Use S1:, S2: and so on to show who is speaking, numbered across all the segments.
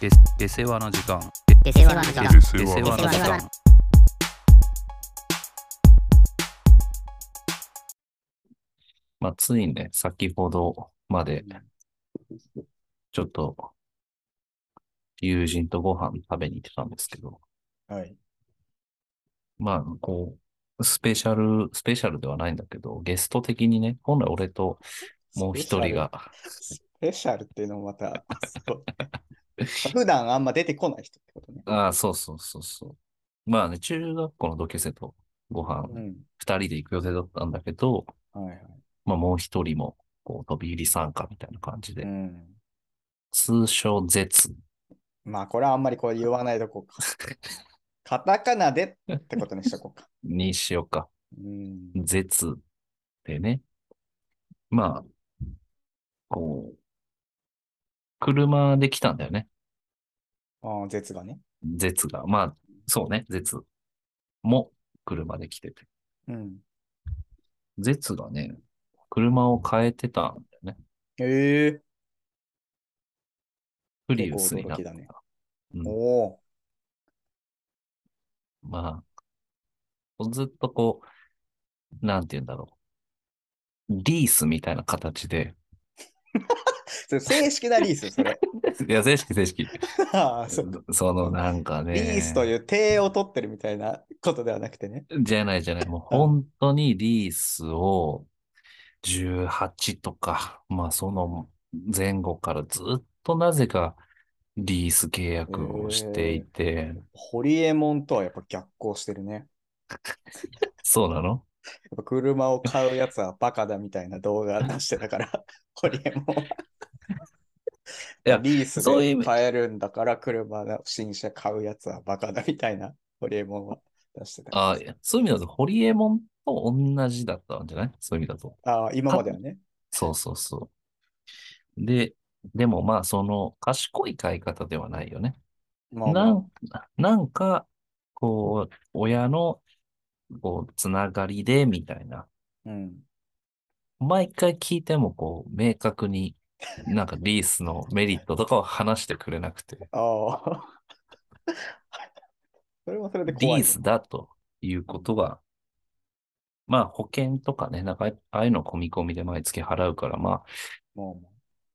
S1: で出世話の時間
S2: 出世話の時間
S3: で
S1: 出
S3: 世
S1: 世
S3: 話
S1: 話の時間
S3: まあ、ついね、先ほどまで、ちょっと、友人とご飯食べに行ってたんですけど、
S4: はい。
S3: まあ、こう、スペシャル、スペシャルではないんだけど、ゲスト的にね、本来俺ともう一人が、
S4: スペシャル。スペシャルっていうのもまた、そう普段あんま出てこない人ってことね。
S3: ああ、そうそうそうそう。まあね、中学校の同級生とご飯、
S4: うん。
S3: 二人で行く予定だったんだけど、
S4: はいはい。
S3: まあもう一人も、こう、飛び入り参加みたいな感じで、
S4: うん。
S3: 通称絶。
S4: まあ、これはあんまりこう言わないとこうか。カタカナでってことにしとこうか。
S3: にしようか。
S4: うん。
S3: 絶でね。まあ、こう、車で来たんだよね。
S4: ああ、絶がね。
S3: 絶が。まあ、そうね、絶も車で来てて。
S4: うん。
S3: 絶がね、車を変えてたんだよね。
S4: ええ
S3: プリウスになっ
S4: 結
S3: た。
S4: 構驚きだね
S3: うん
S4: おお。
S3: まあ、ずっとこう、なんて言うんだろう。リースみたいな形で。
S4: それ正式なリース、それ。
S3: いや、正式正式。
S4: ああ、 そう。
S3: そのなんかね。
S4: リースという体を取ってるみたいなことではなくてね。
S3: じゃないじゃない。もう本当にリースを18とか、まあその前後からずっとなぜかリース契約をしていて、
S4: ホリエモンとはやっぱ逆行してるね。
S3: そうなの
S4: やっぱ車を買うやつはバカだみたいな動画出してた から、ホリエモン。
S3: いや
S4: リース
S3: そういう意
S4: で
S3: 味
S4: 買えるんだから、車の新車買うやつはバカだみたいな、ホリエモンは出してたから。
S3: あそういう意味だと、ホリエモンと同じだったんじゃないそういう意味だと。
S4: ああ、今まではね。
S3: そうそうそう。で、でもまあその賢い買い方ではないよね。
S4: まあまあ
S3: なんなんか、こう、親のこうつながりでみたいな。
S4: うん。
S3: 毎回聞いてもこう、明 確に、なんかリースのメリットとかを話してくれなくて、
S4: ああ。 それもそれで怖いね。
S3: リースだということが、まあ保険とかね、なんかああいうの込み込みで毎月払うから、まあ、
S4: もうも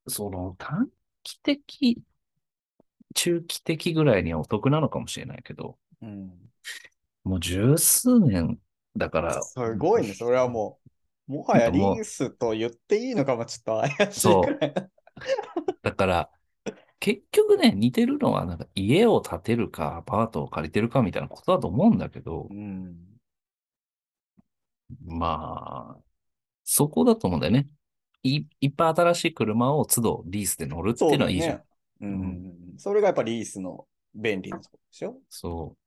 S3: その短期的、中期的ぐらいにはお得なのかもしれないけど、
S4: う。うん。
S3: もう十数年だから、
S4: すごいね、それはもう。もはやリースと言っていいのかもちょっと怪しい
S3: そう
S4: くらい。
S3: だから、結局ね、似てるのは、なんか家を建てるか、アパートを借りてるかみたいなことだと思うんだけど
S4: う、ん。
S3: まあ、そこだと思うんだよね。い、いっぱい新しい車を都度リースで乗るって
S4: そ
S3: いううの
S4: だ
S3: はいいじゃん
S4: ね。。うん。それがやっぱリースの便利なところでしょ
S3: そう。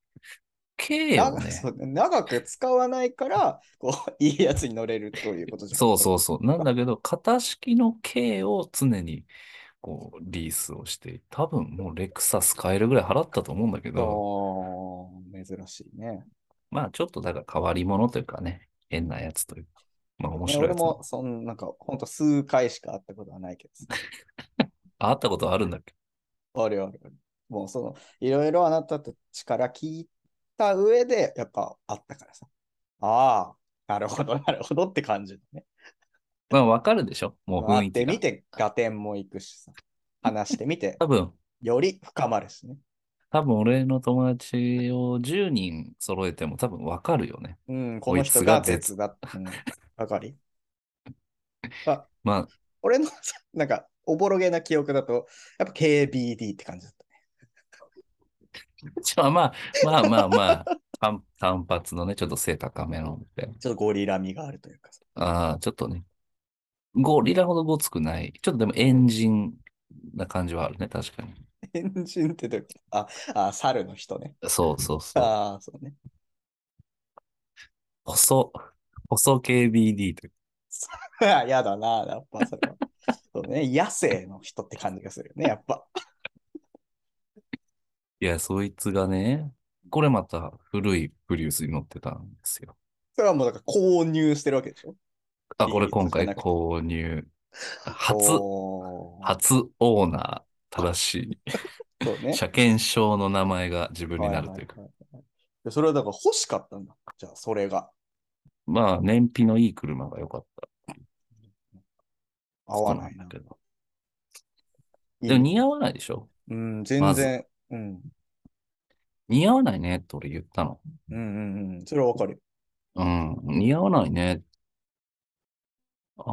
S3: 軽を
S4: 長
S3: ね
S4: そ、う長く使わないから、こう、 いいやつに乗れるということじゃん。
S3: そうそうそう。なんだけど、型式の軽を常にこうリースをして、多分もうレクサス買えるぐらい払ったと思うんだけど、
S4: あー珍しいね。
S3: まあちょっとだから変わり者というかね、変なやつというか、まあ面
S4: ね
S3: 白い
S4: 俺
S3: やつ。
S4: も、そんなんか、ほんと数回しか会ったことはないけどさ。
S3: あ会ったことあるんだっけ
S4: あるあるある。もうその、いろいろあなたたちから聞いた上で、やっぱあったからさ。ああ、なるほど、なるほどって感じだね。
S3: まあわかるでしょもう雰
S4: 会
S3: 囲
S4: って
S3: 気が
S4: み。て、合点もいくしさ。話してみ て、
S3: 多分、
S4: より深まるしね。
S3: 多分俺の友達を10人揃えても多分わかるよね。
S4: うん、こ
S3: こ
S4: の
S3: いつ
S4: 人が
S3: が絶
S4: 絶だ。うんわか り
S3: まあ、
S4: 俺の、なんか、おぼろげな記憶だと、やっぱ KBD って感じだった。
S3: ちょまあまあまあまあ、単単発のね、ちょっと背高めのって。
S4: ちょっとゴリラ味があるというかさ。
S3: ああ、ちょっとね。ゴリラほどごつくない。ちょっとでもエンジンな感じはあるね、確かに。
S4: 変人ってどういうことあ、あ、猿の人ね。
S3: そうそうそう。
S4: ああ、そうね。
S3: 細、細 KBD という。
S4: やだな、やっぱそれは。そうね、野生の人って感じがするよね、やっぱ。
S3: いや、そいつがね、これまた古いプリウスに乗ってたんですよ。
S4: それはもうだから購入してるわけでしょ
S3: あ、これ今
S4: い
S3: 回
S4: いやつじゃなくて
S3: 購入。初、
S4: おー
S3: 初オーナー、正しい。
S4: そうね。
S3: 車検証の名前が自分になるというか。
S4: はははいはいでそれはだから欲しかったんだ。じゃあ、それが。
S3: まあ、燃費のいい車が良かった。
S4: 合わないな
S3: だ。けど。
S4: いい
S3: でも似合わないでしょ
S4: うん、全
S3: ま
S4: 然
S3: ず。
S4: うん。
S3: 似合わないねって俺言ったの。
S4: うんうんうん。それはわかるよ。
S3: うん、似合わないね。あ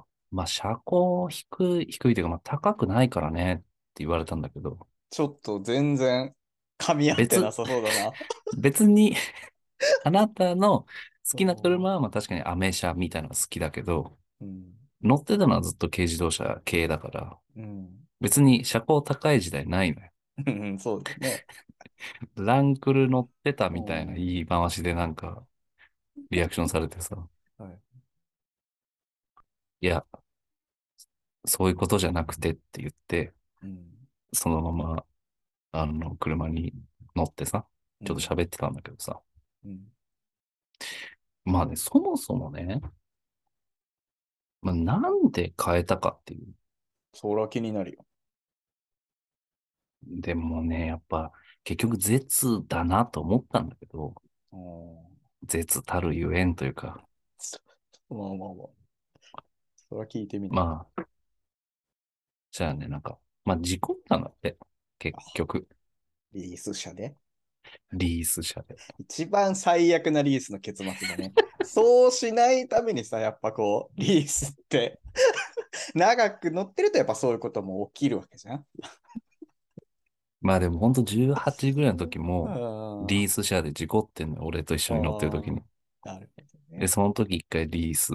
S3: あ、まあ、車高低い、低いというか、まあ、高くないからねって言われたんだけど、
S4: ちょっと全然噛み合ってなさそうだな。
S3: 別に あなたの好きな車は、まあ、確かにアメ車みたいなのが好きだけど、
S4: うん。
S3: 乗ってたのはずっと軽自動車系だから、
S4: うん。
S3: 別に車高高い時代ないのよ。
S4: うんうん、そうですね。
S3: ランクル乗ってたみたいな言い回しでなんか、リアクションされてさ。
S4: はい
S3: や、そういうことじゃなくてって言って、
S4: うん。
S3: そのまま、あの、車に乗ってさ、ちょっと
S4: べ
S3: 喋ってたんだけどさ。
S4: うん。
S3: まあね、そもそもね、まあ、なんで変えたかっていう。
S4: そら気になるよ。
S3: でもね、やっぱ、結局、絶だなと思ったんだけど、
S4: うん
S3: 絶たるゆえんというか、
S4: まあまあまあ。そら聞いてみて。
S3: まあ、じゃあね、なんか、まあ、事故ったんだって、結局、
S4: リース車で。
S3: リース車で。
S4: 一番最悪なリースの結末だね。 そうしないためにさ、やっぱこう、リースって、 長く乗ってるとやっぱそういうことも起きるわけじゃん。
S3: まあでも、ほんと18ぐらいの時も、
S4: うん
S3: リース車で事故ってんのよ、俺と一緒に乗ってる時に。
S4: なるほど
S3: で、
S4: ね。
S3: その時一回リース、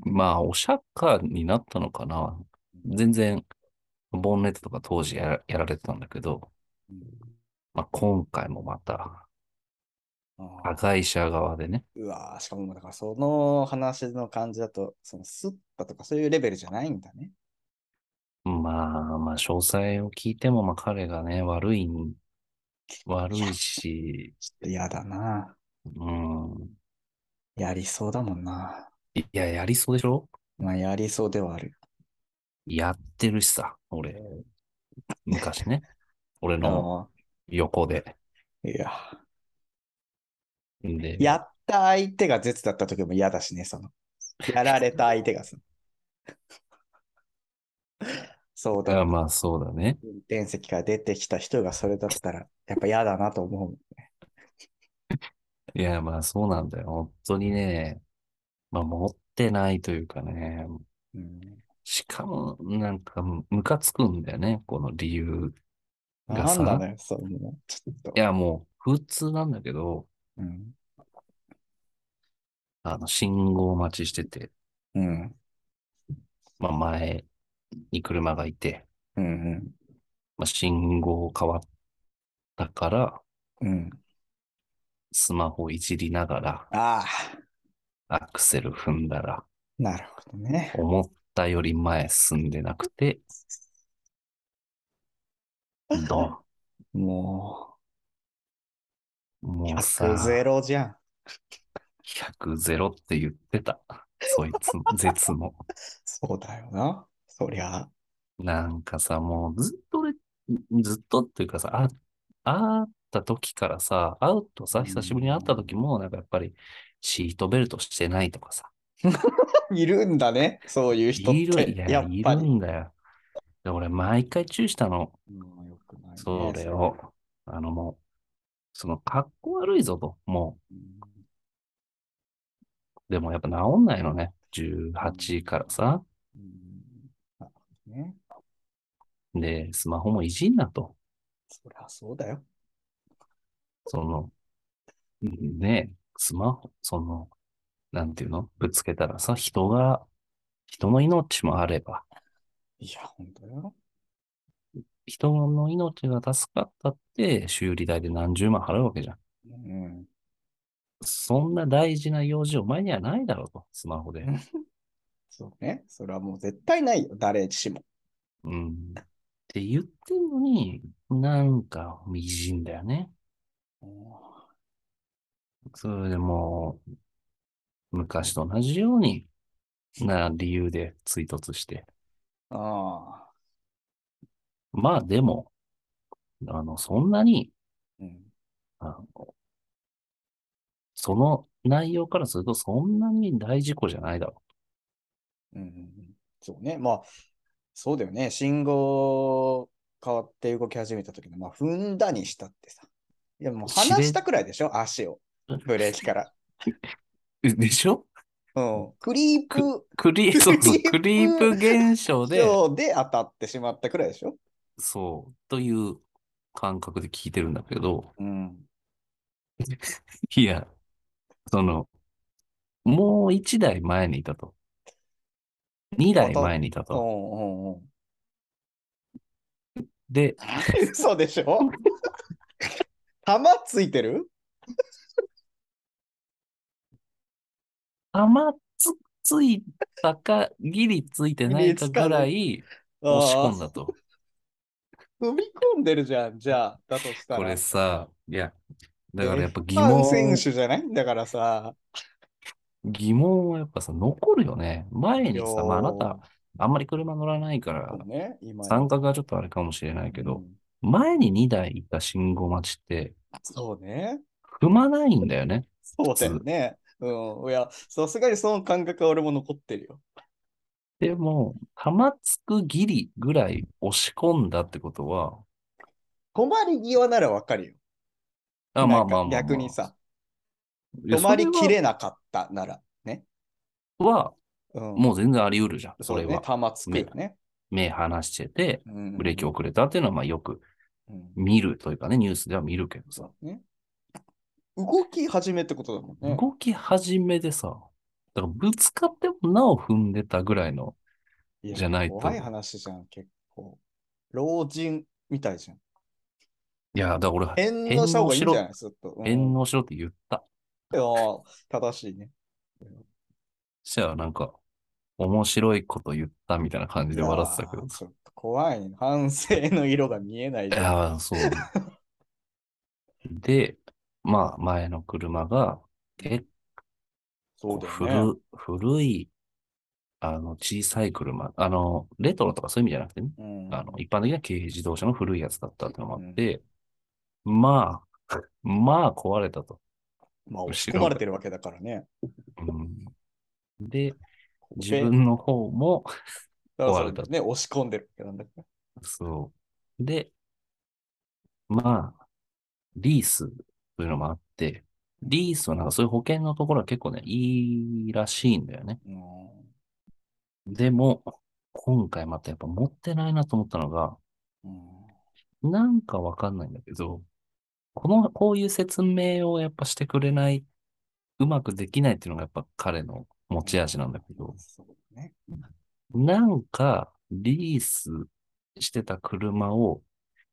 S3: まあ、お釈迦になったのかな。全然、ボンネットとか当時やらやられてたんだけど、まあ、今回もまた、
S4: うん
S3: 加害者側でね、
S4: うわーしかも、だからその話の感じだと、そのスッたとかそういうレベルじゃないんだね。
S3: まあ、まあ、詳細を聞いても、まあ、彼がね、悪いん、悪いし、
S4: ちょっと嫌だな。
S3: うん。
S4: やりそうだもんな。
S3: いや、やりそうでしょ
S4: まあ、やりそうではある。
S3: やってるしさ、俺。昔ね。俺の
S4: あ
S3: 横で。
S4: ーいや。
S3: で、
S4: やった相手が絶だった時も嫌だしね、その。やられた相手がさ。 そうだ
S3: あ。まあそうだね。
S4: 運転席から出てきた人がそれだったら、やっぱ嫌だなと思うもん。
S3: いや、まあそうなんだよ。本当にね、まあ持ってないというかね、
S4: うん
S3: しかもなんかむムカつくんだよね、この理由が
S4: な
S3: さ。
S4: んだね、そういうの。ちょっと
S3: い。や、もう普通なんだけど、
S4: うん。
S3: あの、信号待ちしてて、
S4: うん。
S3: まあ前に車がいて、
S4: うん。
S3: まあ信号変わったから、
S4: うん。
S3: スマホいじりながら、
S4: あ
S3: アクセル踏んだら、
S4: あ、なるほどね。
S3: 思ったより前進んでなくて、ドン。
S4: もう、
S3: もうさ、
S4: 100ゼロじゃん。
S3: 100ゼロって言ってた。そいつも、絶も。
S4: そうだよな。そりゃ。
S3: なんかさ、もうずっと俺、ずっとっていうかさ、あ、会った時からさ、会うとさ、久しぶりに会った時も、なんかやっぱり、シートベルトしてないとかさ、
S4: いるんだね。そういう人っ
S3: いる、
S4: て。
S3: いや、
S4: やっ
S3: い
S4: ぱ
S3: る
S4: り。
S3: んだよ。で、俺、毎回注意したの、
S4: うんよくないね
S3: それを。あの、もう、その、かっこ悪いぞと、もう、
S4: うん
S3: でもやっぱ治んないのね。18からさ。
S4: うんなるほどね。
S3: で、スマホもいじんなと。
S4: そりゃそうだよ。
S3: その、ねえ、スマホ、その、なんていうのぶつけたらさ、人が、人の命もあれば、
S4: いや、本当だよ。
S3: 人の命が助かったって修理代で何十万払うわけじゃん。
S4: うん。
S3: そんな大事な用事を前にはないだろうと、スマホで。
S4: そうね。それはもう絶対ないよ。誰しも。
S3: うん。って言ってんのに、なんか、みじんだよね。それでもう、昔と同じように、な理由で追突して。
S4: ああ。
S3: まあでも、あの、そんなに、
S4: うん。
S3: あの、その内容からするとそんなに大事故じゃないだろ
S4: うんうんうんそうね。まあ、そうだよね。信号変わって動き始めた時の、まあ、踏んだにしたってさ。いや、もう離したくらいでしょ足を。ブレーキから。
S3: う。でしょ
S4: うん。クリープ
S3: クリ ー、そうそう、
S4: ク
S3: ク
S4: リ
S3: リ
S4: ープ
S3: ープ現象で、
S4: 上で当たってしまったくらいでしょ
S3: そう、という感覚で聞いてるんだけど、
S4: うん。
S3: いや、その、もう一台前にいたと。二台前にいた
S4: うんう
S3: と。
S4: んうん。
S3: で、
S4: 嘘でしょ玉ついてる
S3: 玉つ、ついたか、ギリついてないかぐらい押し込んだと。
S4: あー踏み込んでるじゃん、じゃあ。だとしたら。
S3: これさ、いや、だからやっぱ疑
S4: F1
S3: 問、
S4: 選手じゃないんだからさ。
S3: 疑問はやっぱさ、残るよね。前にさ、まああなた、あんまり車乗らないから
S4: そう、ね、今
S3: 参加がちょっとあれかもしれないけ
S4: う
S3: ど、
S4: ん
S3: 前に2台いた信号待ちって、
S4: そうね。
S3: 踏まないんだよね。
S4: そうだよね。うん。いや、さすがにその感覚は俺も残ってるよ。
S3: でも、玉つくギリぐらい押し込んだってことは、
S4: 止まり際ならわかるよ。
S3: あ、まあまあ
S4: な
S3: まあ、
S4: んか逆にさ、
S3: いや、
S4: 止まりき
S3: そ
S4: れなかったならね。
S3: れは、
S4: うん、
S3: もう全然あり得るじゃん。
S4: そ
S3: そうれ
S4: ね
S3: は。。
S4: 玉つくよね。
S3: 目離してて、
S4: うん
S3: ブレーキ遅れたっていうのは、まあよく
S4: うん
S3: 見るというかね、ニュースでは見るけどさ、
S4: そうね。動き始めってことだもんね。
S3: 動き始めでさ、だからぶつかってもなお踏んでたぐらいの、
S4: いや
S3: じゃないと
S4: 怖い話じゃん、結構。老人みたいじゃん。
S3: いや、だから俺、
S4: 返納した方がいいんじゃないずっと。うん
S3: 返納しろって言った。
S4: いやー正しいね。
S3: そしたらなんか、面白いこと言ったみたいな感じで笑ってたけ
S4: いや
S3: ど
S4: ー。ちょっと怖いね。反省の色が見えない
S3: い
S4: じゃん。
S3: や ー、そう。で、まあ、前の車が、結
S4: そう
S3: 構
S4: だよね。
S3: 古、古い、あの、小さい車、あの、レトロとかそういう意味じゃなくてね、
S4: うん
S3: あの、一般的な軽自動車の古いやつだったってのもあって、まあ、 まあ壊れたと。
S4: まあ、
S3: 後ろ
S4: 押し込まれてるわけだからね。
S3: うん、で、自
S4: で
S3: 分の方も、
S4: だからそ
S3: 壊れた
S4: ね、押し込んでるわけなんだから。
S3: そう。で、まあ、リースというのもあって、リースはなんかそういう保険のところは結構ね、いいらしいんだよね。
S4: う
S3: でも、今回またやっぱ持ってないなと思ったのが、
S4: ん。うん
S3: なんかわかんないんだけど、この、こういう説明をやっぱしてくれない、うまくできないっていうのがやっぱ彼の持ち味なんだけど、
S4: そうね。
S3: なんかリースしてた車を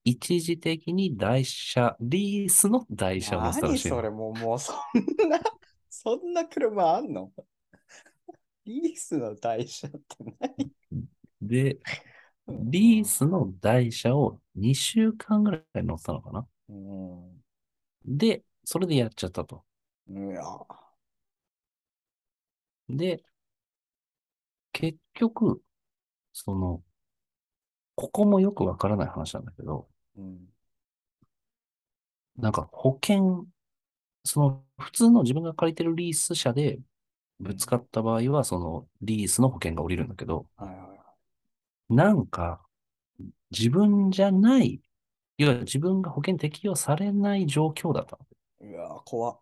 S3: 一時的に台車、リースの台車を乗せたら
S4: 何
S3: しい
S4: そ
S3: の。
S4: れ、もう、もうそんな、 そんな車あんの リースの台車って何
S3: で、リースの台車を2週間ぐらい乗ってたのかな。
S4: うん。う
S3: で、それでやっちゃったと。
S4: ん。いや、
S3: で、結局、その、ここもよくわからない話なんだけど、
S4: うん。
S3: なんか保険、その普通の自分が借りてるリース車でぶつかった場合は、そのリースの保険が降りるんだけど、
S4: はいはい。
S3: なんか自分じゃない、いわゆる自分が保険適用されない状況だったの。
S4: うわ、怖っ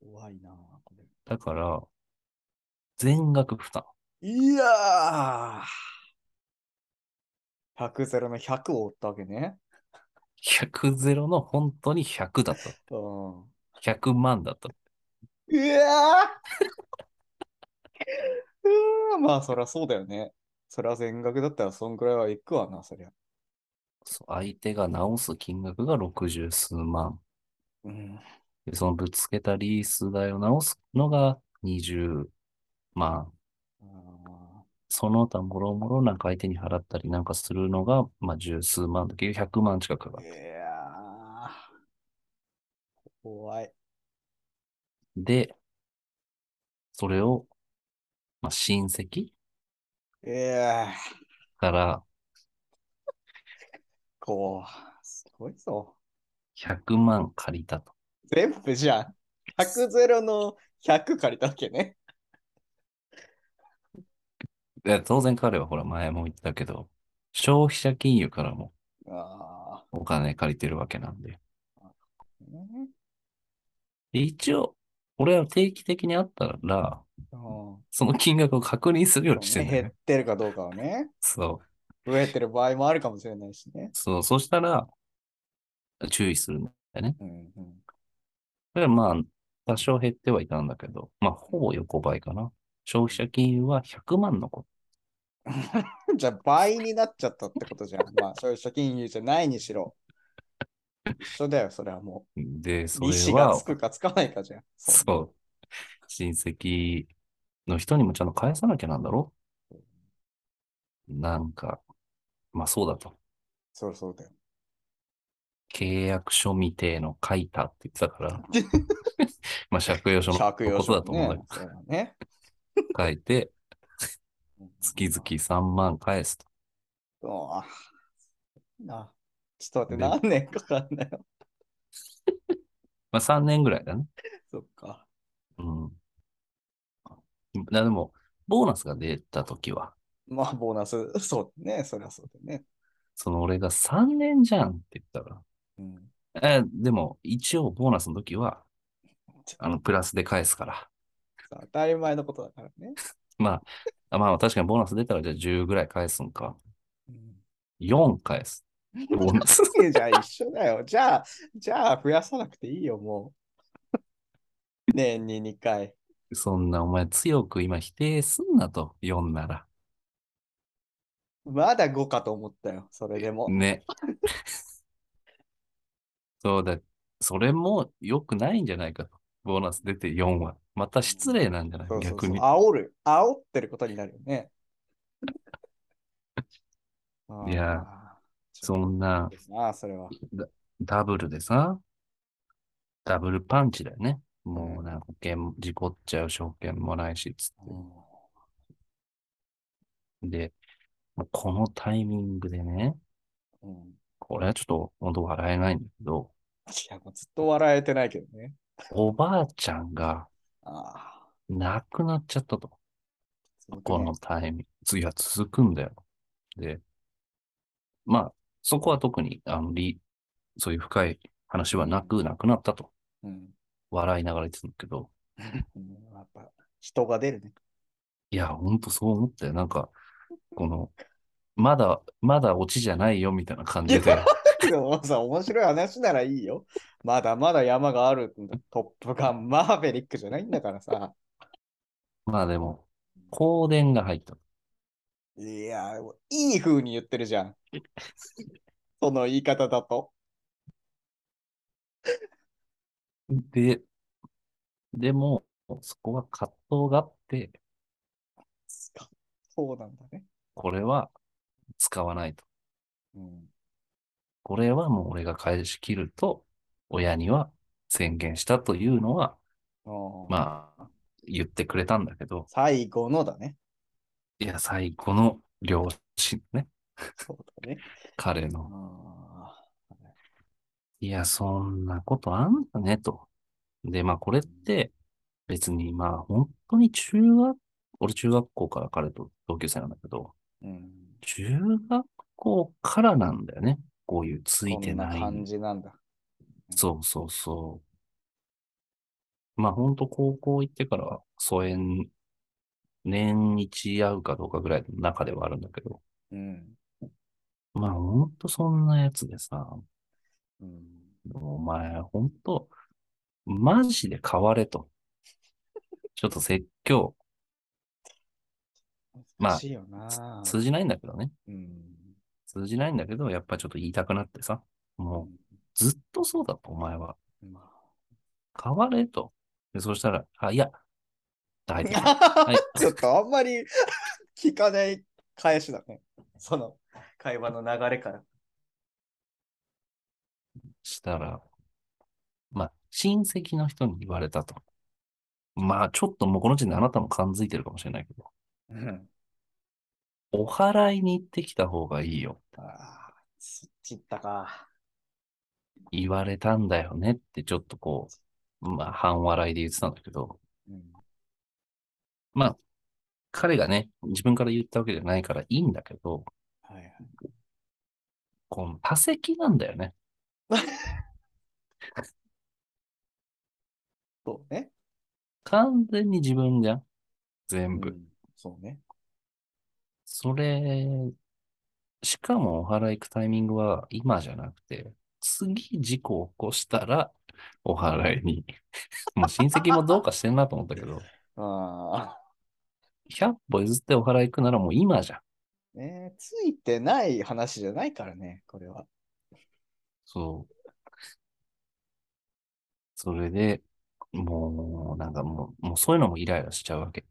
S4: 怖いな、これ。
S3: だから、全額負担。
S4: いやー !100 ゼロの100を追ったわけね。
S3: 100ゼロの本当に100だっ
S4: うん。
S3: た。100万だった。
S4: うわーうわーまあ、そりゃそうだよね。そりゃ全額だったら、そんぐらいはいくわな、そりゃ。
S3: そう相手が直す金額が60数万。
S4: うん。
S3: で、そのぶつけたリース代を直すのが20万。
S4: あ
S3: その他もろもろなんか相手に払ったりなんかするのが、まあ、十数万だけど、100万近くかか
S4: ー
S3: る。
S4: いやー怖い。
S3: で、それを、まあ、親戚
S4: いやー
S3: から、
S4: こう。ごいぞ。
S3: 100万借りたと。
S4: 全部じゃん。100ゼロの100借りたわけね。
S3: いや当然彼はほら前も言ったけど、消費者金融からも
S4: あ
S3: お金借りてるわけなんで。
S4: ーね
S3: で一応、俺は定期的に会ったら、
S4: うん
S3: その金額を確認するようにして
S4: そうね
S3: んだよ
S4: 減っ
S3: ね。
S4: てるかどうかはね。
S3: そう。
S4: 増えてる場合もあるかもしれないしね。
S3: そう。そしたら、注意するんだよね。
S4: うんうん、
S3: だからまあ、多少減ってはいたんだけど、まあ、ほぼ横ばいかな。消費者金融は100万のこ
S4: じゃあ倍になっちゃったってことじゃん。まあ、消費者金融じゃないにしろ。一緒だよ、それはも。
S3: と。で、そう
S4: 利
S3: れ
S4: 子が
S3: は
S4: つ、くかつかないかじゃん。う。
S3: そう。親戚の人にもちゃんと返さなきゃなんだろなんか、まあそうだと。
S4: そうそうだよ。
S3: 契約書未定の書いたって言って たから、まあ借用書の
S4: 借用
S3: ことだ
S4: 書
S3: と
S4: も
S3: 思
S4: ね
S3: うんだ。
S4: そうだね。
S3: けど、書いて、月々3万返すと。
S4: うわなちょっと待って、何年かかんだ よ。
S3: まあ3年ぐらいだね。
S4: そっか。
S3: うん。だでも、ボーナスが出た時は、
S4: まあ、ボーナス、そうね、そりゃそうだよね。
S3: その俺が3年じゃんって言ったら、
S4: うん、
S3: えでも一応ボーナスの時は、あの、プラスで返すから。
S4: 当たり前のことだからね。
S3: まあ、あまあ確かにボーナス出たらじゃあ10ぐらい返すんか。
S4: うん
S3: 4 返す。ボーナス。
S4: いやじゃあ一緒だよ。じゃあ、じゃあ増やさなくていいよ、もう。年に2回。
S3: そんなお前強く今否定すんなと、4なら。
S4: まだ5かと思ったよ、それでも。
S3: ね。そうだ。それも良くないんじゃないかと。ボーナス出て4は。また失礼なんじゃない
S4: そうそう
S3: 逆
S4: そう
S3: に。
S4: 煽る。煽ってることになるよ ね。あー
S3: いや、そんな
S4: ですな、それは。
S3: ダブルでさ、ダブルパンチだよね。もうなんか保険、事故っちゃう証券もないし、つって。で、もうこのタイミングでね、
S4: うんうん
S3: これはちょっと本当笑えないんだけど、
S4: いや、もうずっと笑えてないけどね。
S3: おばあちゃんが
S4: ああ、
S3: 亡くなっちゃったと。
S4: そう
S3: こ
S4: ね
S3: のタイミング。次は続くんだよ。で、まあ、そこは特に、あの、りそういう深い話はなく、なくなったと。
S4: うん。
S3: 笑いながら言ってたんだけど、
S4: うんやっぱ、人が出るね。
S3: いや、ほんとそう思ったよ。なんか、この、まだ、まだオチじゃないよ、みたいな感じで。
S4: でもさ、面白い話ならいいよ。まだまだ山があるんだ。トップガン、マーベリックじゃないんだからさ。
S3: まあでも、香典が入った。
S4: いや、いい風に言ってるじ ゃん。その言い方だと。
S3: で、でも、そこは葛藤があって、
S4: そうなんだね。
S3: これは使わないと。
S4: うん、
S3: これはもう俺が返し切ると、親には宣言したというのは、
S4: あー
S3: まあ、言ってくれたんだけど、
S4: 最後のだね。
S3: いや、最後の両親ね、
S4: そうだね。
S3: 彼
S4: あ
S3: の。
S4: あ
S3: いや、そんなことあんだね、と。で、まあ、これって、別に、まあ、本当に中学、俺中学校から彼と同級生なんだけど、
S4: うん、
S3: 中学校からなんだよね。こういうつい
S4: こ
S3: て
S4: んな
S3: ない。
S4: 感じなんだ。
S3: そうそうそう。まあ本当高校行ってからは疎遠、年一会うかどうかぐらいの中ではあるんだけど、
S4: うん
S3: まあ本当そんなやつでさ、
S4: うん、
S3: お前本当マジで変われと。ちょっと説教、まあ
S4: 難しいよな。
S3: 通じないんだけどね。
S4: うん
S3: 通じないんだけど、やっぱちょっと言いたくなってさ、もうずっとそうだと、お前は。
S4: まあ
S3: 変われと。で、そしたら、あ、いや、 大丈夫。い
S4: ちょっとあんまり 聞かない返しだね。その会話の流れから。
S3: したら、まあ、親戚の人に言われたと。まあ、ちょっともうこの時点であなたも感づいてるかもしれないけど、
S4: うん、
S3: お祓いに行ってきた方がいいよ。
S4: ああ、そっち行ったか。
S3: 言われたんだよねってちょっとこう、まあ半笑いで言ってたんだけど、
S4: うん
S3: まあ彼がね、自分から言ったわけじゃないからいいんだけど、
S4: はいはい
S3: この多席なんだよね。
S4: そうね。
S3: 完全に自分じゃん。全部。
S4: うんそうね。
S3: それ、しかもお祓い行くタイミングは今じゃなくて、次事故を起こしたらお祓 いに。もう親戚もどうかしてんなと思ったけど、
S4: ああ。
S3: 100歩譲ってお祓い行くならもう今じゃん。
S4: ねついてない話じゃないからね、これは。
S3: そう。それで、もう、なんかもう、もうそういうのもイライラしちゃうわけ。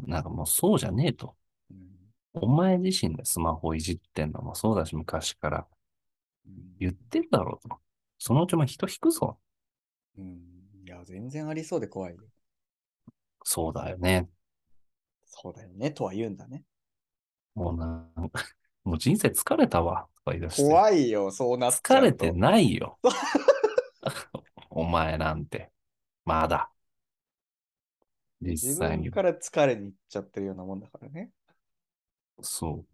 S3: なんかもうそうじゃねえと。
S4: うん
S3: お前自身でスマホいじってんのもそうだし、昔から
S4: うん
S3: 言ってるだろうと。そのうちお前人引くぞ。
S4: うん、いや、全然ありそうで怖いよ。
S3: そうだよね。
S4: そうだよね、とは言うんだね。
S3: もうなんかもう人生疲れたわ、とか言い出して。
S4: 怖いよ、そうなっちゃ
S3: 疲
S4: うと
S3: れてないよ。 お前なんて、まだ。実
S4: 自
S3: 際
S4: 分
S3: に。
S4: から疲れに行っちゃってるようなもんだからね。
S3: そう。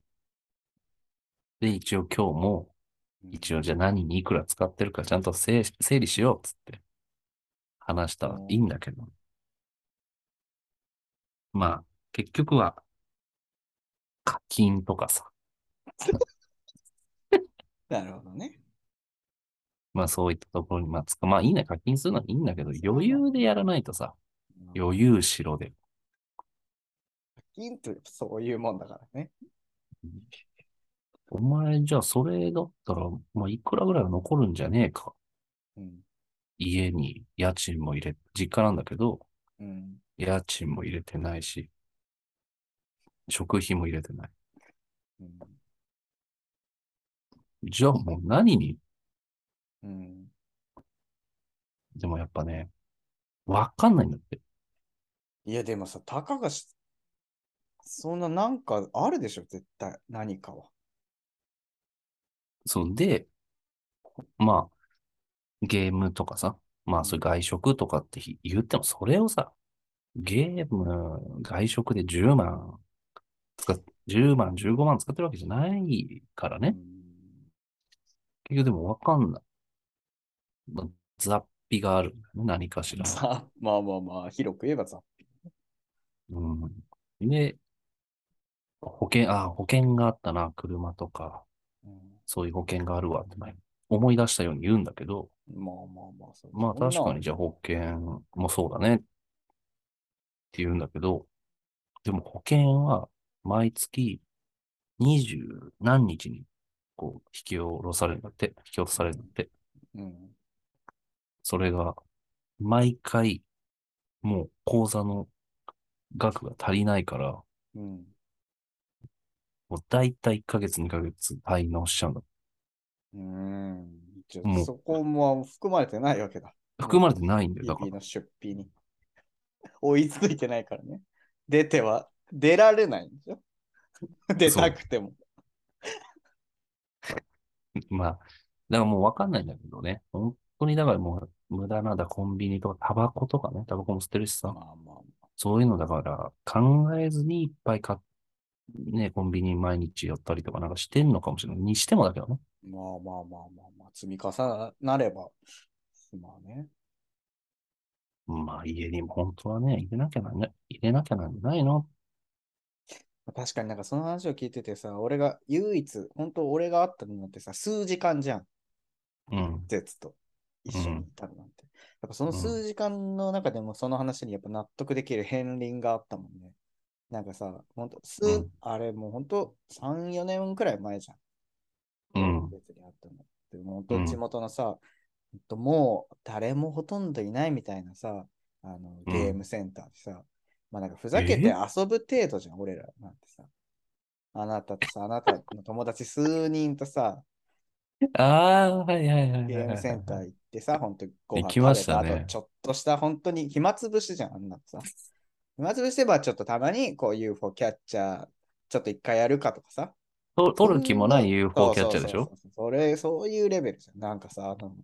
S3: で、一応今日も、一応じゃあ何にいくら使ってるかちゃんと整整理しようっつって話したら
S4: うん
S3: いいんだけど。まあ、結局は、課金とかさ、
S4: なるほどね。
S3: まあそういったところに、まあつか、まあいいね、課金するのはいいんだけど、余裕でやらないとさ、
S4: うん
S3: 余裕しろで。
S4: ヒント、そういうもんだからね。
S3: お前じゃあそれだったら、まあいくらぐらいは残るんじゃねえか。
S4: うん。
S3: 家に家賃も入れ、実家なんだけど、
S4: うん。
S3: 家賃も入れてないし、食費も入れてない。
S4: うん。
S3: じゃあもう何に、
S4: うん、
S3: でもやっぱね、わかんないんだって。
S4: いや、でもさ、たかがし、そんななんかあるでしょ、絶対。何かは。
S3: そうで、まあ、ゲームとかさ、まあそういう外食とかってひ言っても、それをさ、ゲーム、外食で10万使っ、10万、15万使ってるわけじゃないからね。結局でもわかんない。まあ、雑費があるんだよね、何かし
S4: うん
S3: ら。
S4: さまあまあまあ、広く言えばさ。
S3: うん、で、保険、あ、保険があったな、車とか、
S4: うん
S3: そういう保険があるわって前に思い出したように言うんだけど、
S4: まあまあまあ、そ
S3: まあ確かに
S4: に。
S3: じゃあ保険もそうだねって言うんだけど、でも保険は毎月二十何日にこう引き下ろされるんだって、引き落とされるんだって、
S4: うん。
S3: それが毎回もう口座の額が足りないから、
S4: うん。
S3: もう大体1ヶ月2ヶ月滞納しちゃうんだ。
S4: うん。じゃあ
S3: もう
S4: そこも含まれてないわけだ。
S3: 含まれてないんだよ、だから
S4: PP。の出費に。 追いついてないからね。出ては、出られないんでしょ 出たくても。
S3: まあ、だからもうわかんないんだけどね。本当にだからもう無駄なんだコンビニとかタバコとかね、タバコも吸ってるし
S4: まあ
S3: さ、
S4: まあまあ。
S3: そういうのだから考えずにいっぱい買っね、コンビニ毎日寄ったりとかなんかしてんのかもしれない。にしてもだけどね。
S4: まあまあまあまあまあ。積み重なれば。まあね。
S3: まあ家にも本当はね、入れなきゃなんね、入れなきゃなんじゃないの
S4: 確かになんかその話を聞いててさ、俺が唯一、本当俺があったのってさ、数時間じゃん。
S3: うん。
S4: 絶と一緒にいたのなんて。やっぱその数時間の中でもその話にやっぱ納得できる片鱗があったもんね。なんかさ、ほんと、数
S3: うん
S4: あれもうほんと3、4年くらい前じゃん。
S3: うん。
S4: 別にあったの。でも本当地元のさ、ほんともう誰もほとんどいないみたいなさ、あの
S3: うん
S4: ゲームセンターでさ、まあなんかふざけて
S3: え
S4: 遊ぶ程度じゃん、俺らなんてさ。あなたとさ、あなたの友達数人とさ、
S3: ああ、はいはいはいはいはい。
S4: ゲームセンター行ってさ、本当にご飯
S3: 行
S4: 食
S3: き
S4: べ
S3: ま
S4: た
S3: したね
S4: 後、ちょっとした本当に暇つぶしじゃん、あんなのさ。暇つぶしてばちょっとたまにこう UFO キャッチャー、ちょっと一回やるかとかさ、
S3: と取る気もない UFO キャッチャーでし
S4: そう
S3: ょ
S4: そうそうそうそれ、そういうレベルじゃん。なんかさ、あの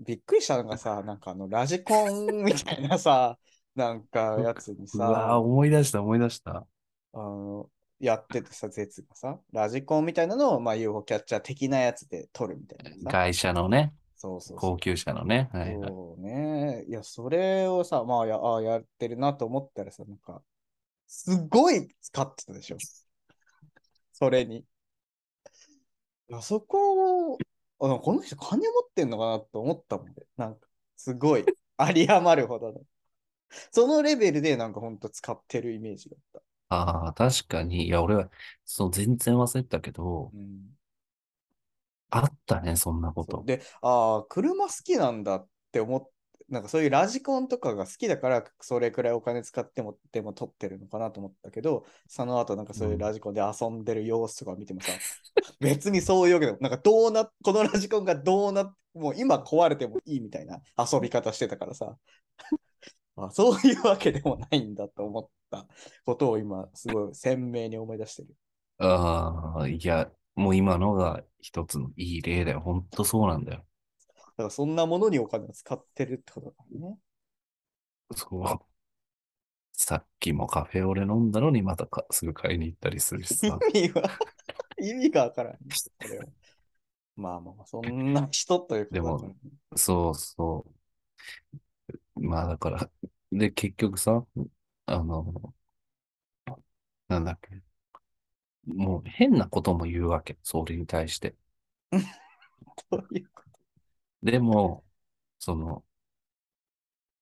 S4: びっくりしたのがさ、なんかあの、ラジコンみたいなさ、 なんかやつに
S3: うわー
S4: さ、
S3: 思い出した思い出した。
S4: あの、やっててさ、ゼツがさ、ラジコンみたいなのを、まあ、UFO キャッチャー的なやつで撮るみたいなさ。
S3: 会社のね、
S4: そうそうそう
S3: 高。級車のね。はいはい。
S4: そうね。いや、それをさ、まあや、あやってるなと思ったらさ、なんか、すごい使ってたでしょ。それに。あそこを、あなんかこの人金持ってんのかなと思ったもんで、なんか、すご い、有り余るほどの。そのレベルで、なんかほんと使ってるイメージだった。
S3: ああ、確かに。いや、俺は、そう、全然忘れてたけど、
S4: うん、
S3: あったね、そんなこ
S4: そう
S3: と。
S4: で、ああ、車好きなんだって思って、なんかそういうラジコンとかが好きだから、それくらいお金使っても、でも取ってるのかなと思ったけど、その後なんかそういうラジコンで遊んでる様子とか見てもさ、 別にそういうわけでも、なんかどうな、このラジコンがどうな、もう今壊れてもいいみたいな遊び方してたからさ、 あそういうわけでもないんだと思ったことを今、すごい鮮明に思い出してる。
S3: ああ、いや、もう今のが一つのいい例だよ。ほんとそうなんだよ。
S4: だからそんなものにお金を使ってるってことだからね。
S3: そう。 さっきもカフェオレ飲んだのに、またかすぐ買いに行ったりするし さ。
S4: 意味は意味がわからん。これはまあまあまあ、そんな人ということだからね
S3: そうそう。まあだから、で、結局さ、あの、なんだっけ。もう変なことも言うわけ。それに対して。
S4: そういうこ
S3: でも、その、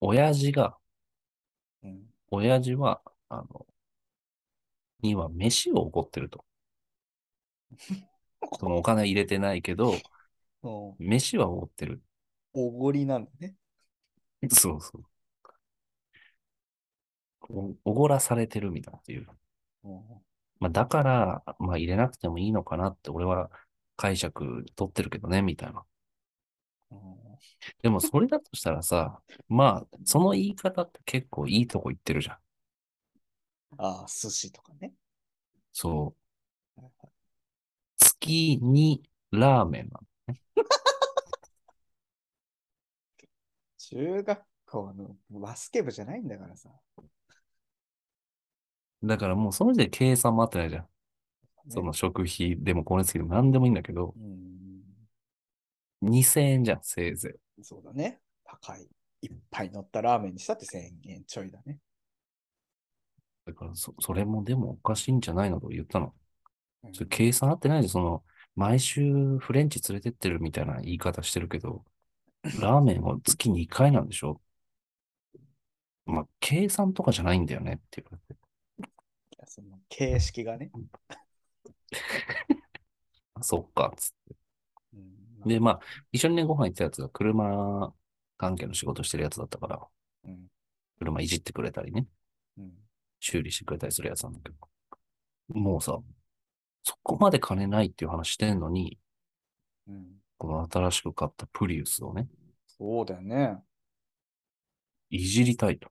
S3: 親父が、
S4: と。うん
S3: 親父は、あの、には飯をおごってると。そのお金入れてないけど、
S4: うん
S3: 飯はおごってる。
S4: おごりなんだね。
S3: そうそう。おおごらされてるみたいなっていう。
S4: うん
S3: まあ、だから、まあ、入れなくてもいいのかなって、俺は解釈取ってるけどね、みたいな。
S4: うん
S3: でも、それだとしたらさ、まあ、その言い方って結構いいとこ言ってるじゃん。
S4: ああ、寿司とかね。
S3: そう。月にラーメンなの。
S4: 中学校のバスケ部じゃないんだからさ。
S3: だからもうその時点で計算も合ってないじゃん。その食費でも光熱費でも何でもいいんだけど、
S4: うん、
S3: 2000円じゃん、せいぜい。
S4: そうだね。高い。いっぱい乗ったラーメンにしたって1000円ちょいだね。
S3: だからそ、それもでもおかしいんじゃないのと言ったの。
S4: うん
S3: それ計算合ってないじゃん。その、毎週フレンチ連れてってるみたいな言い方してるけど、ラーメンは月2回なんでしょまあ、計算とかじゃないんだよねって言われて。
S4: その形式がね。
S3: あそっか、つって。
S4: うん
S3: で、まあ、一緒にね、ご飯行ったやつが車関係の仕事してるやつだったから、
S4: うん
S3: 車いじってくれたりね、
S4: うん
S3: 修理してくれたりするやつなんだけど、もうさ、そこまで金ないっていう話してんのに、
S4: うん、
S3: この新しく買ったプリウスをね、
S4: そうだよね。
S3: いじりたいと。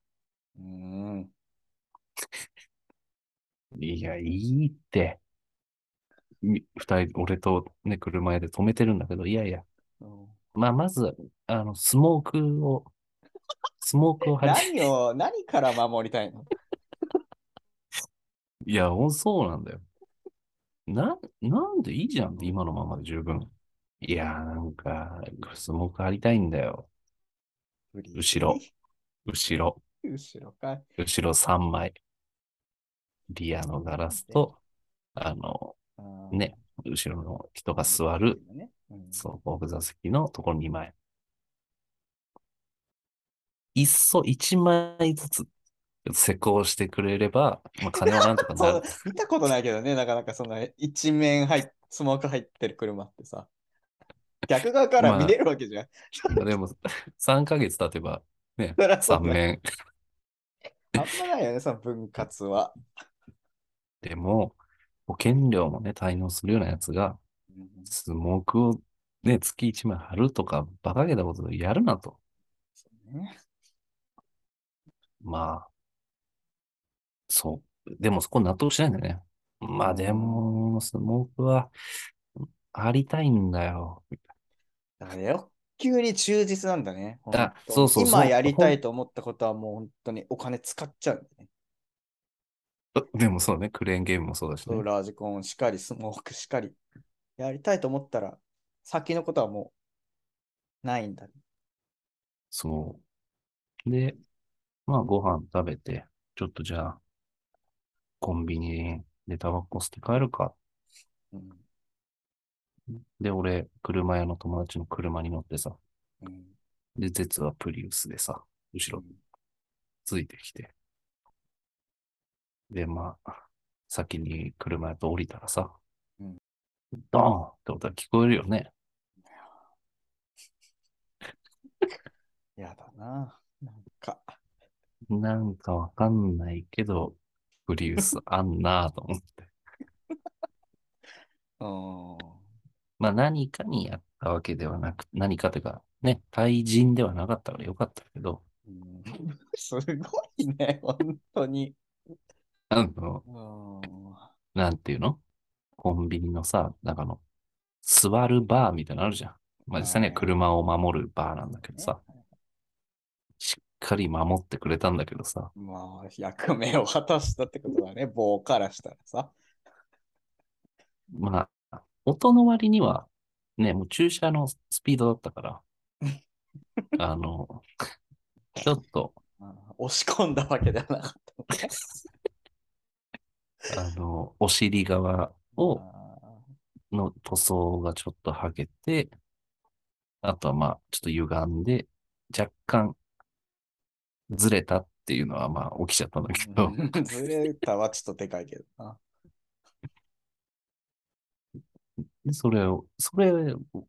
S4: うん
S3: いや、いいって。み二人、俺とね、車屋で止めてるんだけど、いやいや、
S4: うん
S3: まあ、まず、あの、スモークを、スモークを外し
S4: 何を、何から守りたいの
S3: いや、ほんそうなんだよ。な、なんでいいじゃんって今のままで十分。いやー、なんか、スモーク貼りたいんだよ。 後ろ。後ろ、
S4: 後ろかい。
S3: 後ろ3枚。リアのガラスと、あの、
S4: あー
S3: ね、後ろの人が座る、。
S4: ねうん
S3: そう、後部座席のところ2枚。いっそ1枚ずつ施工してくれれば、まあ、金はなんと か
S4: そ
S3: なる
S4: う。見たことないけどね、なかなかその一面入っスモーク入ってる車ってさ。逆側から見れるわけじゃん。
S3: でも、3ヶ月経てば、
S4: そりゃそう
S3: 3
S4: だ
S3: 面。
S4: あんまないよね、その分割は。
S3: でも、保険料もね、滞納するようなやつが、
S4: うん
S3: スモークをね、月1枚貼るとか、馬鹿げたことやるなと。
S4: そうね
S3: まあ、そう。でもそこ納得しないんだよね。まあでも、もうスモークは、ありたいんだよ。
S4: だから欲求に忠実なんだね。本
S3: あ
S4: 当
S3: そうそう
S4: 今
S3: そう
S4: やりたいと思ったことはもう本当にお金使っちゃうんだね。
S3: でもそうね、クレーンゲームもそうだし
S4: そう
S3: ね。
S4: ラージコンしかり、スモークしかり。やりたいと思ったら、先のことはもうないんだね。
S3: そう。で、まあご飯食べて、ちょっとじゃあ、コンビニでタバコ捨て帰るか。
S4: うん
S3: で、俺、車屋の友達の車に乗ってさ、
S4: うん
S3: で、絶はプリウスでさ、後ろついてきて。で、まあ、先に車やと降りたらさ、
S4: うん
S3: ドーンって音が聞こえるよね。
S4: やだな。なんか、
S3: なんかわかんないけど、プリウスあんなと思って。
S4: うーん。
S3: まあ何かにやったわけではなく、何かというか、ね、対人ではなかったからよかったけど、
S4: うんすごいね、本当に。
S3: あの、
S4: うーん
S3: なんていうのコンビニのさ、中の、座るバーみたいなのあるじゃん。まあ実際には車を守るバーなんだけどさ、しっかり守ってくれたんだけどさ、
S4: まあ、役目を果たしたってことだね、棒からしたらさ。
S3: まあ、音の割には、ね、もう駐車のスピードだったから、あの、ちょっと、
S4: うん押し込んだわけではなかったのね。
S3: あの、お尻側を、の塗装がちょっと剥げて、あとはまあ、ちょっと歪んで、若干、ずれたっていうのはまあ、起きちゃったんだけど、
S4: うんずれたはちょっとでかいけどな。
S3: でそれを、それ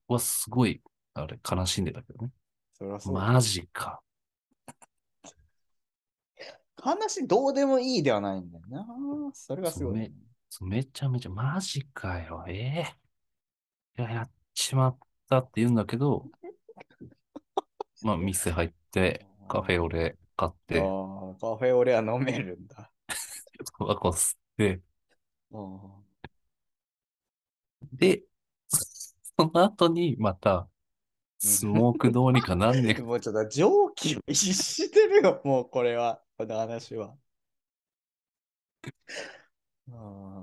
S3: はすごい、あれ、悲しんでたけどね。
S4: そりゃそう。
S3: マジか。
S4: 話どうでもいいではないんだよな。それがすごいね。
S3: そうめちゃめちゃ、マジかよ、ええいや、やっちまったって言うんだけど、 まあ、店入って、カフェオレ買っ
S4: あー
S3: て、
S4: カフェオレは飲めるんだ。
S3: タバコ吸って、
S4: うん
S3: で、 その後にまた、スモークどうにかなんねえか。
S4: もうちょっと蒸気を逸してるよ、 もうこれは、この話 は。うん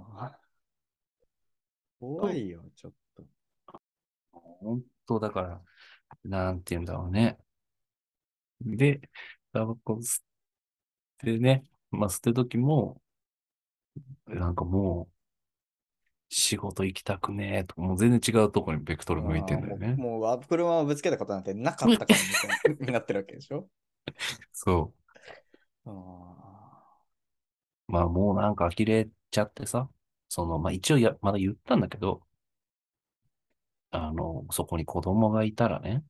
S4: 怖いよ、ちょっと。
S3: 本当だから、なんて言うんだろうね。で、タバコ吸ってね、まあ吸ってる時も、なんかもう、仕事行きたくねえとか、もう全然違うところにベクトル向いてんだよ
S4: あー
S3: ね。
S4: もうもうあ車をぶつけたことなんてなかったからみたいになってるわけでしょ。
S3: そ
S4: あ
S3: う。まあもうなんか呆れちゃってさ、その、まあ一応や、まだ言ったんだけど、あの、そこに子供がいたらね、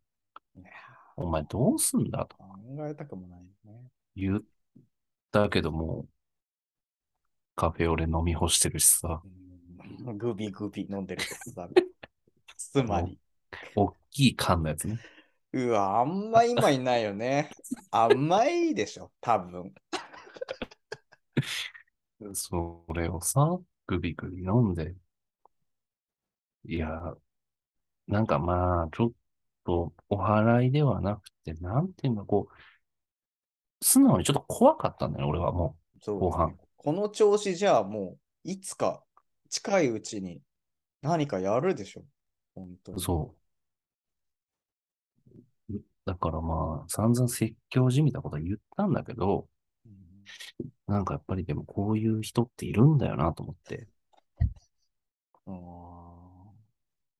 S4: ーいや
S3: お前どうすんだと
S4: ー考えたくもないね。
S3: 言ったけども、カフェオレ飲み干してるしさ、
S4: うんグビグビ飲んでるけど さつまり。
S3: おっきい缶のやつね。
S4: うわ、あんま今いないよね。甘いでしょ、多分。
S3: それをさ、グビグビ飲んで。いや、なんかまあ、ちょっとお祓いではなくて、なんていうんだ、こう、素直にちょっと怖かったんだよね、俺はも
S4: そう
S3: 後半
S4: この調子じゃあもう、いつか近いうちに何かやるでしょ。本当
S3: う。
S4: に。
S3: そう。だからまあ、散々説教じみたことは言ったんだけど、
S4: うん
S3: なんかやっぱりでもこういう人っているんだよなと思って。
S4: あ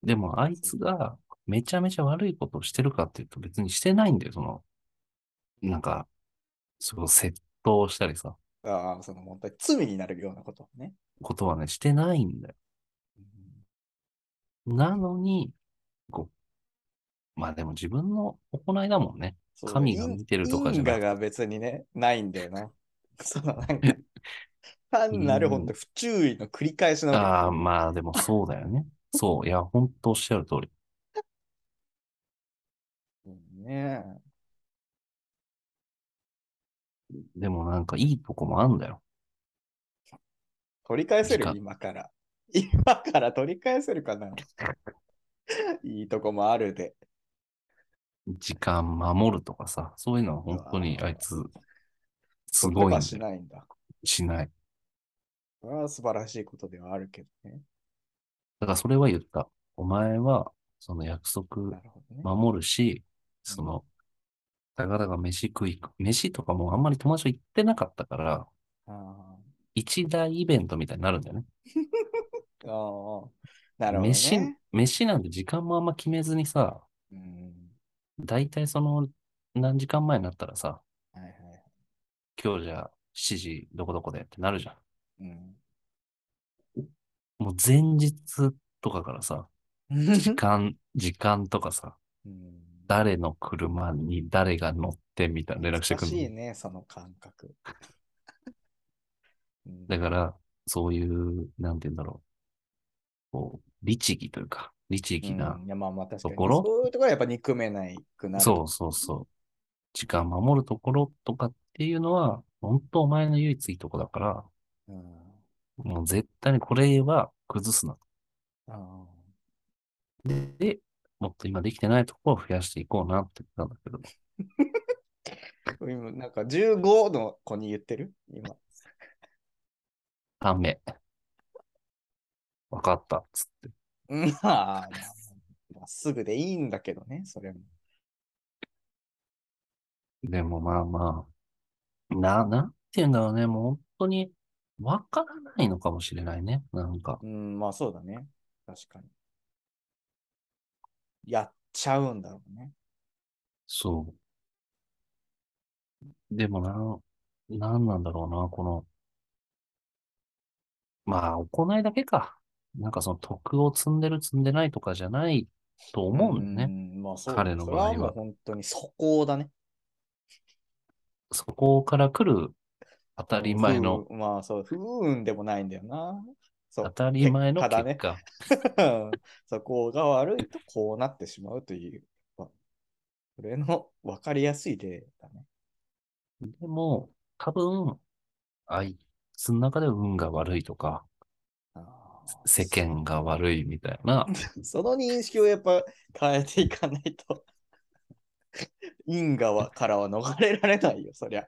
S3: でもあいつがめちゃめちゃ悪いことをしてるかっていうと別にしてないんだよ、その、なんか、それを窃盗したりさ、
S4: ーあー、その本当に罪になるようなことね。
S3: ことはね、してないんだよ。なのに、こう、まあでも自分の行いだもんね。
S4: そう
S3: 神が見てるとかじゃなくて
S4: 因因果が別にね、ないんだよ な。そのなんか、単なる本当不注意の繰り返しなわけ
S3: ああ、まあでもそうだよね。そう、いや、ほんとおっしゃる通り。
S4: ねえ。
S3: でもなんかいいとこもあんだよ。
S4: 取り返せ
S3: 時
S4: る
S3: 間
S4: 今から。 今から取り返せるかな いいとこもあるで。
S3: 時間守るとかさ、そういうのは本当に
S4: あー
S3: あいつ、すごいん
S4: は
S3: で
S4: しないんだ。
S3: しない。
S4: それは素晴らしいことではあるけどね。
S3: だからそれは言った。お前は、その約束
S4: なるほどね。
S3: 守るし、その、たかだか飯食い、飯とかもあんまり友達と行ってなかったから、
S4: あ
S3: 一大イベントみたいになるんだよね。
S4: ーあー、なるほど、ね。
S3: 飯、飯なんて時間もあんま決めずにさ、
S4: うん。
S3: だいたいその何時間前になったらさ、
S4: はいはい。
S3: 今日じゃあ7時どこどこでってなるじゃ
S4: うん。
S3: ん。もう前日とかからさ、時間、時間とかさ、
S4: うん
S3: 誰の車に誰が乗ってみたいな 連絡してく
S4: 懐か
S3: る
S4: しい
S3: の。
S4: ね、その感覚。 うん
S3: だから、そういう、なんて言うんだろう。こう、律儀というか、律儀な
S4: う、んいやまあまあ確かに。
S3: ところ
S4: そういうところはやっぱ憎めないくなる。
S3: そうそうそう。時間守るところとかっていうのは、本当お前の唯一いいとこだから、
S4: う。うん。
S3: もう絶対にこれは崩すな。
S4: あ
S3: で、もっと今できてないところを増やしていこうなって言ったんだけど、
S4: ー今なんか15の子に言ってる今。
S3: ダメ。わかった、つって。
S4: うんまあ、まあすぐでいいんだけどね、それも。
S3: でもまあまあ、な、なんて言うんだろうね。もう本当に、わからないのかもしれないね。なんか
S4: う、ん、まあそうだね。確かに。やっちゃうんだろうね。
S3: そう。でもな、なんなんだろうな、この、まあ、行いだけか。なんかその徳を積んでる積んでないとかじゃないと思うんだよね。
S4: んまあそう
S3: 彼の場合
S4: そ
S3: は
S4: れもう本当にそこだね。
S3: そこから来る当たり前の、
S4: 不運。まあそう、不運でもないんだよな。そ
S3: 当
S4: う。
S3: たり前の
S4: 結
S3: 結
S4: 果
S3: 果。
S4: だね そこが悪いとこうなってしまうという。まあこれの分かりやすい例だね。
S3: でも、多分、あいつの中で運が悪いとか、
S4: あー
S3: 世間が悪いみたいな、
S4: その認識をやっぱ変えていかないと、因果はからは逃れられないよ、そりゃ。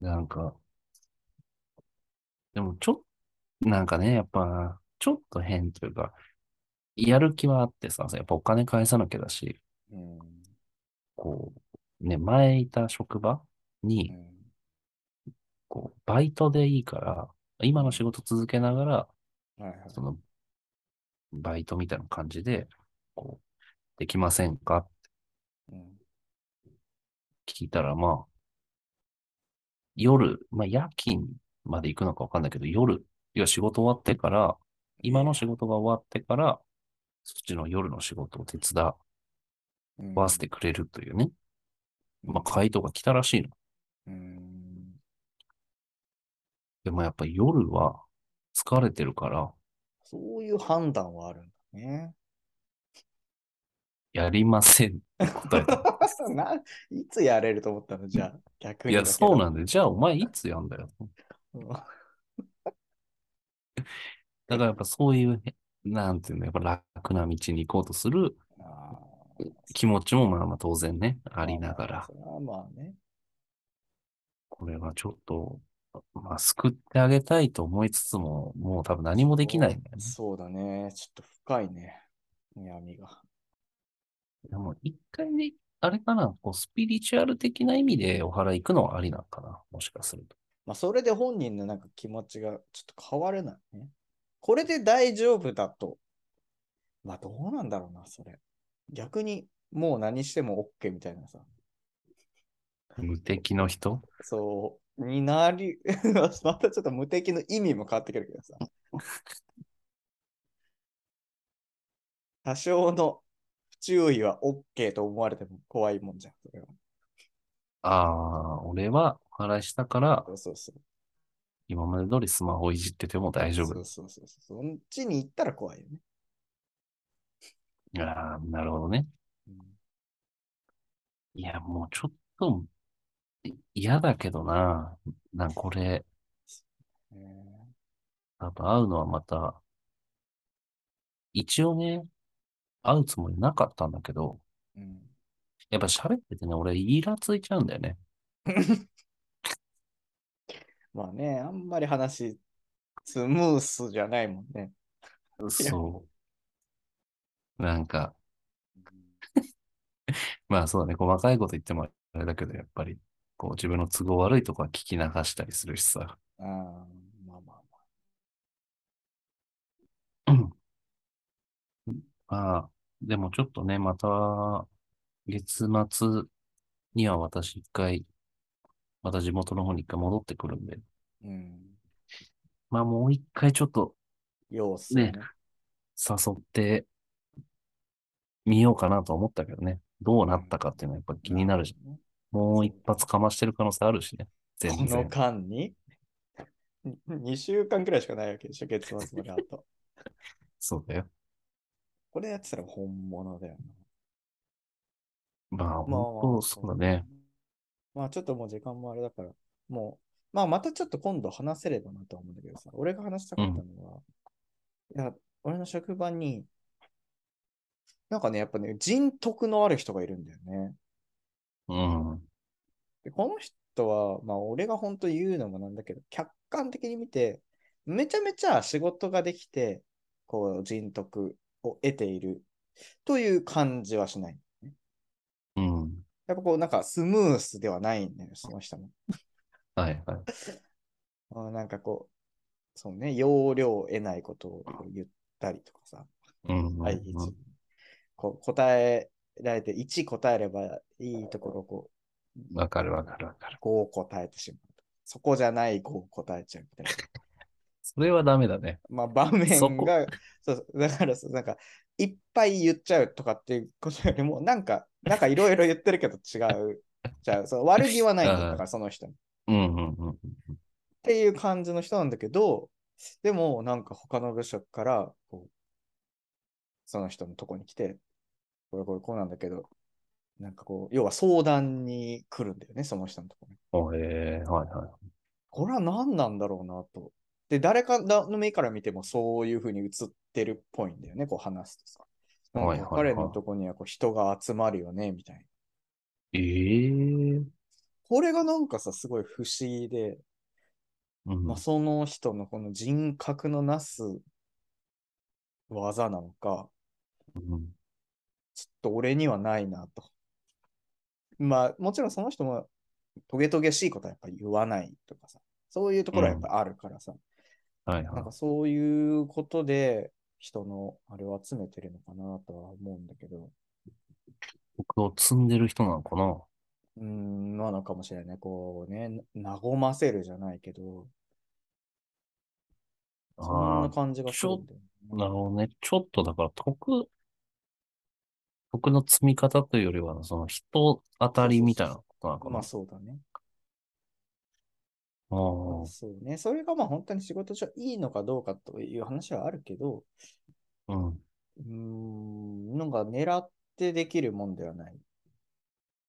S3: なんか、でもちょ、なんかね、やっぱ、ちょっと変というか、やる気はあってさ、やっぱお金返さなきゃだし、
S4: うん。
S3: こう、ね、前いた職場に、こう、バイトでいいから、今の仕事続けながら、
S4: はいはい。
S3: その、バイトみたいな感じで、こう、できませんか
S4: うん
S3: 聞いたら、まあ、夜、まあ夜勤まで行くのかわかんないけど、夜、いや仕事終わってから、今の仕事が終わってから、そっちの夜の仕事を手伝わせてくれるというね、まあ回答が来たらしいの。
S4: うん。
S3: でもやっぱ夜は疲れてるから、
S4: そういう判断はあるんだね。
S3: やりませんって答 えた。
S4: ないつやれると思ったのじゃあ、逆
S3: い
S4: にだ
S3: や、
S4: けど。
S3: そうなんで、じゃあお前いつやんだよ。だからやっぱそういうへ、なんていうの、やっぱ楽な道に行こうとする
S4: あ
S3: 気持ちもまあまあ当然ね、
S4: ー
S3: ありながら。
S4: それはまあね。
S3: これはちょっと、まあ、救ってあげたいと思いつつも、もう多分何もできないんだよね。
S4: そうだね。ちょっと深いね。闇が。
S3: でも一回ね、あれかな、こうスピリチュアル的な意味でお祓い行くのはありなのかな、もしかすると。
S4: まあ、それで本人のなんか気持ちがちょっと変わるなね。これで大丈夫だと。まあ、どうなんだろうな、それ。逆に、もう何しても OK みたいなさ。
S3: 無敵の人
S4: そう、になり、 またちょっと無敵の意味も変わってくるけどさ。多少の不注意は OK と思われても怖いもんじゃん。それは
S3: ああ、俺はお祓いしたから
S4: そ、うそうそう。
S3: 今まで通りスマホいじってても大丈
S4: そ
S3: 夫
S4: う。そうそうそう。そっちに行ったら怖いよね。
S3: ああ、なるほどね。
S4: うん
S3: いや、もうちょっと、い嫌だけどな。なんかこれ、
S4: えー
S3: 多分会うのはまた、一応ね、会うつもりなかったんだけど、
S4: うん。
S3: やっぱ喋っててね、俺イラついちゃうんだよね。
S4: まあね、あんまり話、スムースじゃないもんね。
S3: そう。なんか、まあそうだね、細かいこと言ってもあれだけど、やっぱり、こう自分の都合悪いとこは聞き流したりするしさ。
S4: ああ、まあまあまあ。
S3: まあ、でもちょっとね、また、月末には私一回、また地元の方に一回戻ってくるんで、
S4: うん。
S3: まあもう一回ちょっと
S4: 様子をね。
S3: ね誘ってみようかなと思ったけどね、どうなったかっていうのはやっぱ気になるじゃん。
S4: ん。
S3: もう一発かましてる可能性あるしね、全
S4: この
S3: 然。
S4: 間に ?2 週間くらいしかないわけでしょ、月末まであと。
S3: そうだよ。
S4: これやってたら本物だよな。
S3: まあ、
S4: まあ
S3: 本当そうだね。。
S4: まあちょっともう時間もあれだから、もう、まあまたちょっと今度話せればなとは思うんだけどさ、俺が話したかったのは、いや、俺の職場に、なんかね、やっぱね、人徳のある人がいるんだよね。
S3: うん。
S4: でこの人は、まあ俺が本当言うのもなんだけど、客観的に見て、めちゃめちゃ仕事ができて、こう人徳を得ているという感じはしない。
S3: うん。
S4: やっぱこうなんかスムースではないんだよ、その人も。
S3: はいはい。
S4: あなんかこう、そうね、要領を得ないことをこう言ったりとかさ、
S3: うん。
S4: 会議中にこう答えられて、1答えればいいところをこ
S3: わかるわかるわかる。
S4: う5答えてしまうと。そこじゃない5答えちゃうみたいな。
S3: それはダメだね。
S4: まあ場面
S3: そこ
S4: が、そうそうだからそうなんか、いっぱい言っちゃうとかっていうことよりも、なんか、なんかいろいろ言ってるけど違う。じゃあ、そう悪気はないんだよ
S3: うん
S4: だから、その人に。
S3: うんうんうん。
S4: っていう感じの人なんだけど、でもなんか他の部署からこう、その人のとこに来て、これこれこうなんだけど、なんかこう、要は相談に来るんだよね、その人のとこに。
S3: おえー、はいはい。
S4: これは何なんだろうなと。で、誰かの目から見てもそういうふうに映ってるっぽいんだよね、こう話すとさ。なんか
S3: はいはいはい
S4: 彼のとこにはこう人が集まるよね、みたいな。
S3: えー。
S4: これがなんかさ、すごい不思議で、
S3: うん
S4: まあ、その人のこの人格のなす技なのか、
S3: うん
S4: ちょっと俺にはないなと。まあ、もちろんその人もトゲトゲしいことはやっぱ言わないとかさ、そういうところはやっぱあるからさ、
S3: はい
S4: なん
S3: は
S4: かそういうことで人のあれを集めてるのかなとは思うんだけど、
S3: い。僕を積んでる人なのかな
S4: うーん、なのかもしれない。こうね、な和ませるじゃないけど、そん
S3: あ
S4: な
S3: あ
S4: 感じがするんだよ
S3: ー、なるほどね。ちょっとだから、得、得の積み方というよりは、その人当たりみたいなことなのか
S4: ま
S3: な
S4: あ。そうだね。
S3: あ
S4: まあそうね。それがまあ本当に仕事上いいのかどうかという話はあるけど、
S3: あ、うん。
S4: うーん、なんか狙ってできるもんではない。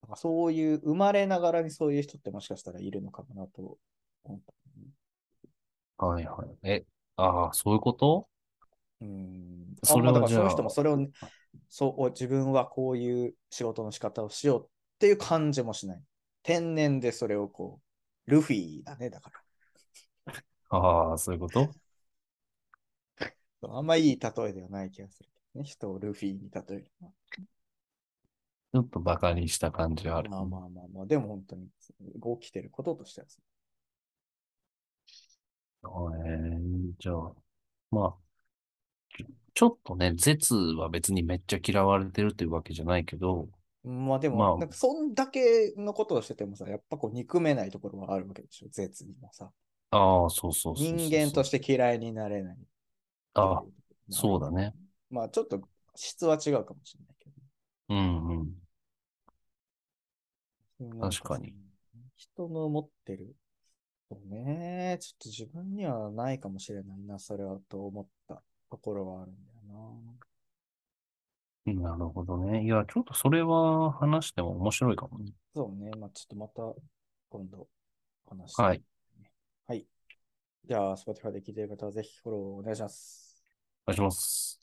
S4: なんかそういう、生まれながらにそういう人ってもしかしたらいるのかもなと思った。
S3: はいはい。え、ああ、そういうこと
S4: うーん。
S3: それ
S4: あま
S3: は
S4: あだから
S3: じゃあ
S4: その人もそれをね、そう、お自分はこういう仕事の仕方をしようっていう感じもしない。天然でそれをこう、ルフィだね、だか
S3: ああ、そういうこと
S4: ら。あんまいい例えではない気がするけどね。人をルフィに例えるのは。
S3: ちょっとバカにした感じはある。
S4: まあまあまあまあ、でも本当に起きてることとしてはそう
S3: えーじゃあ、まあ、ちょちょっとね、絶は別にめっちゃ嫌われてるっていうわけじゃないけど、
S4: まあでも、
S3: まあ
S4: なんかそんだけのことをしててもさ、やっぱこう憎めないところはあるわけでしょ、絶にもさ。
S3: ああ、そうそうそうそう。
S4: 人間としてて嫌いになれない。
S3: ああ、そうだ
S4: ね。
S3: ね。
S4: まあちょっと質は違うかもしれないけ
S3: うんうん。
S4: ど。なん
S3: 確かに。
S4: 人の持ってる。そうね。ちょっと自分にはないかもしれないな、それはと思ったところはあるんだよ
S3: なるほどね。いや、ちょっとそれは話しても面白いかもね。
S4: な。そうね。まあちょっとまた今度話して。
S3: はい。
S4: はい。じゃあ、Spotify で聞いてる方はぜひフォローお願いします。
S3: お願いします。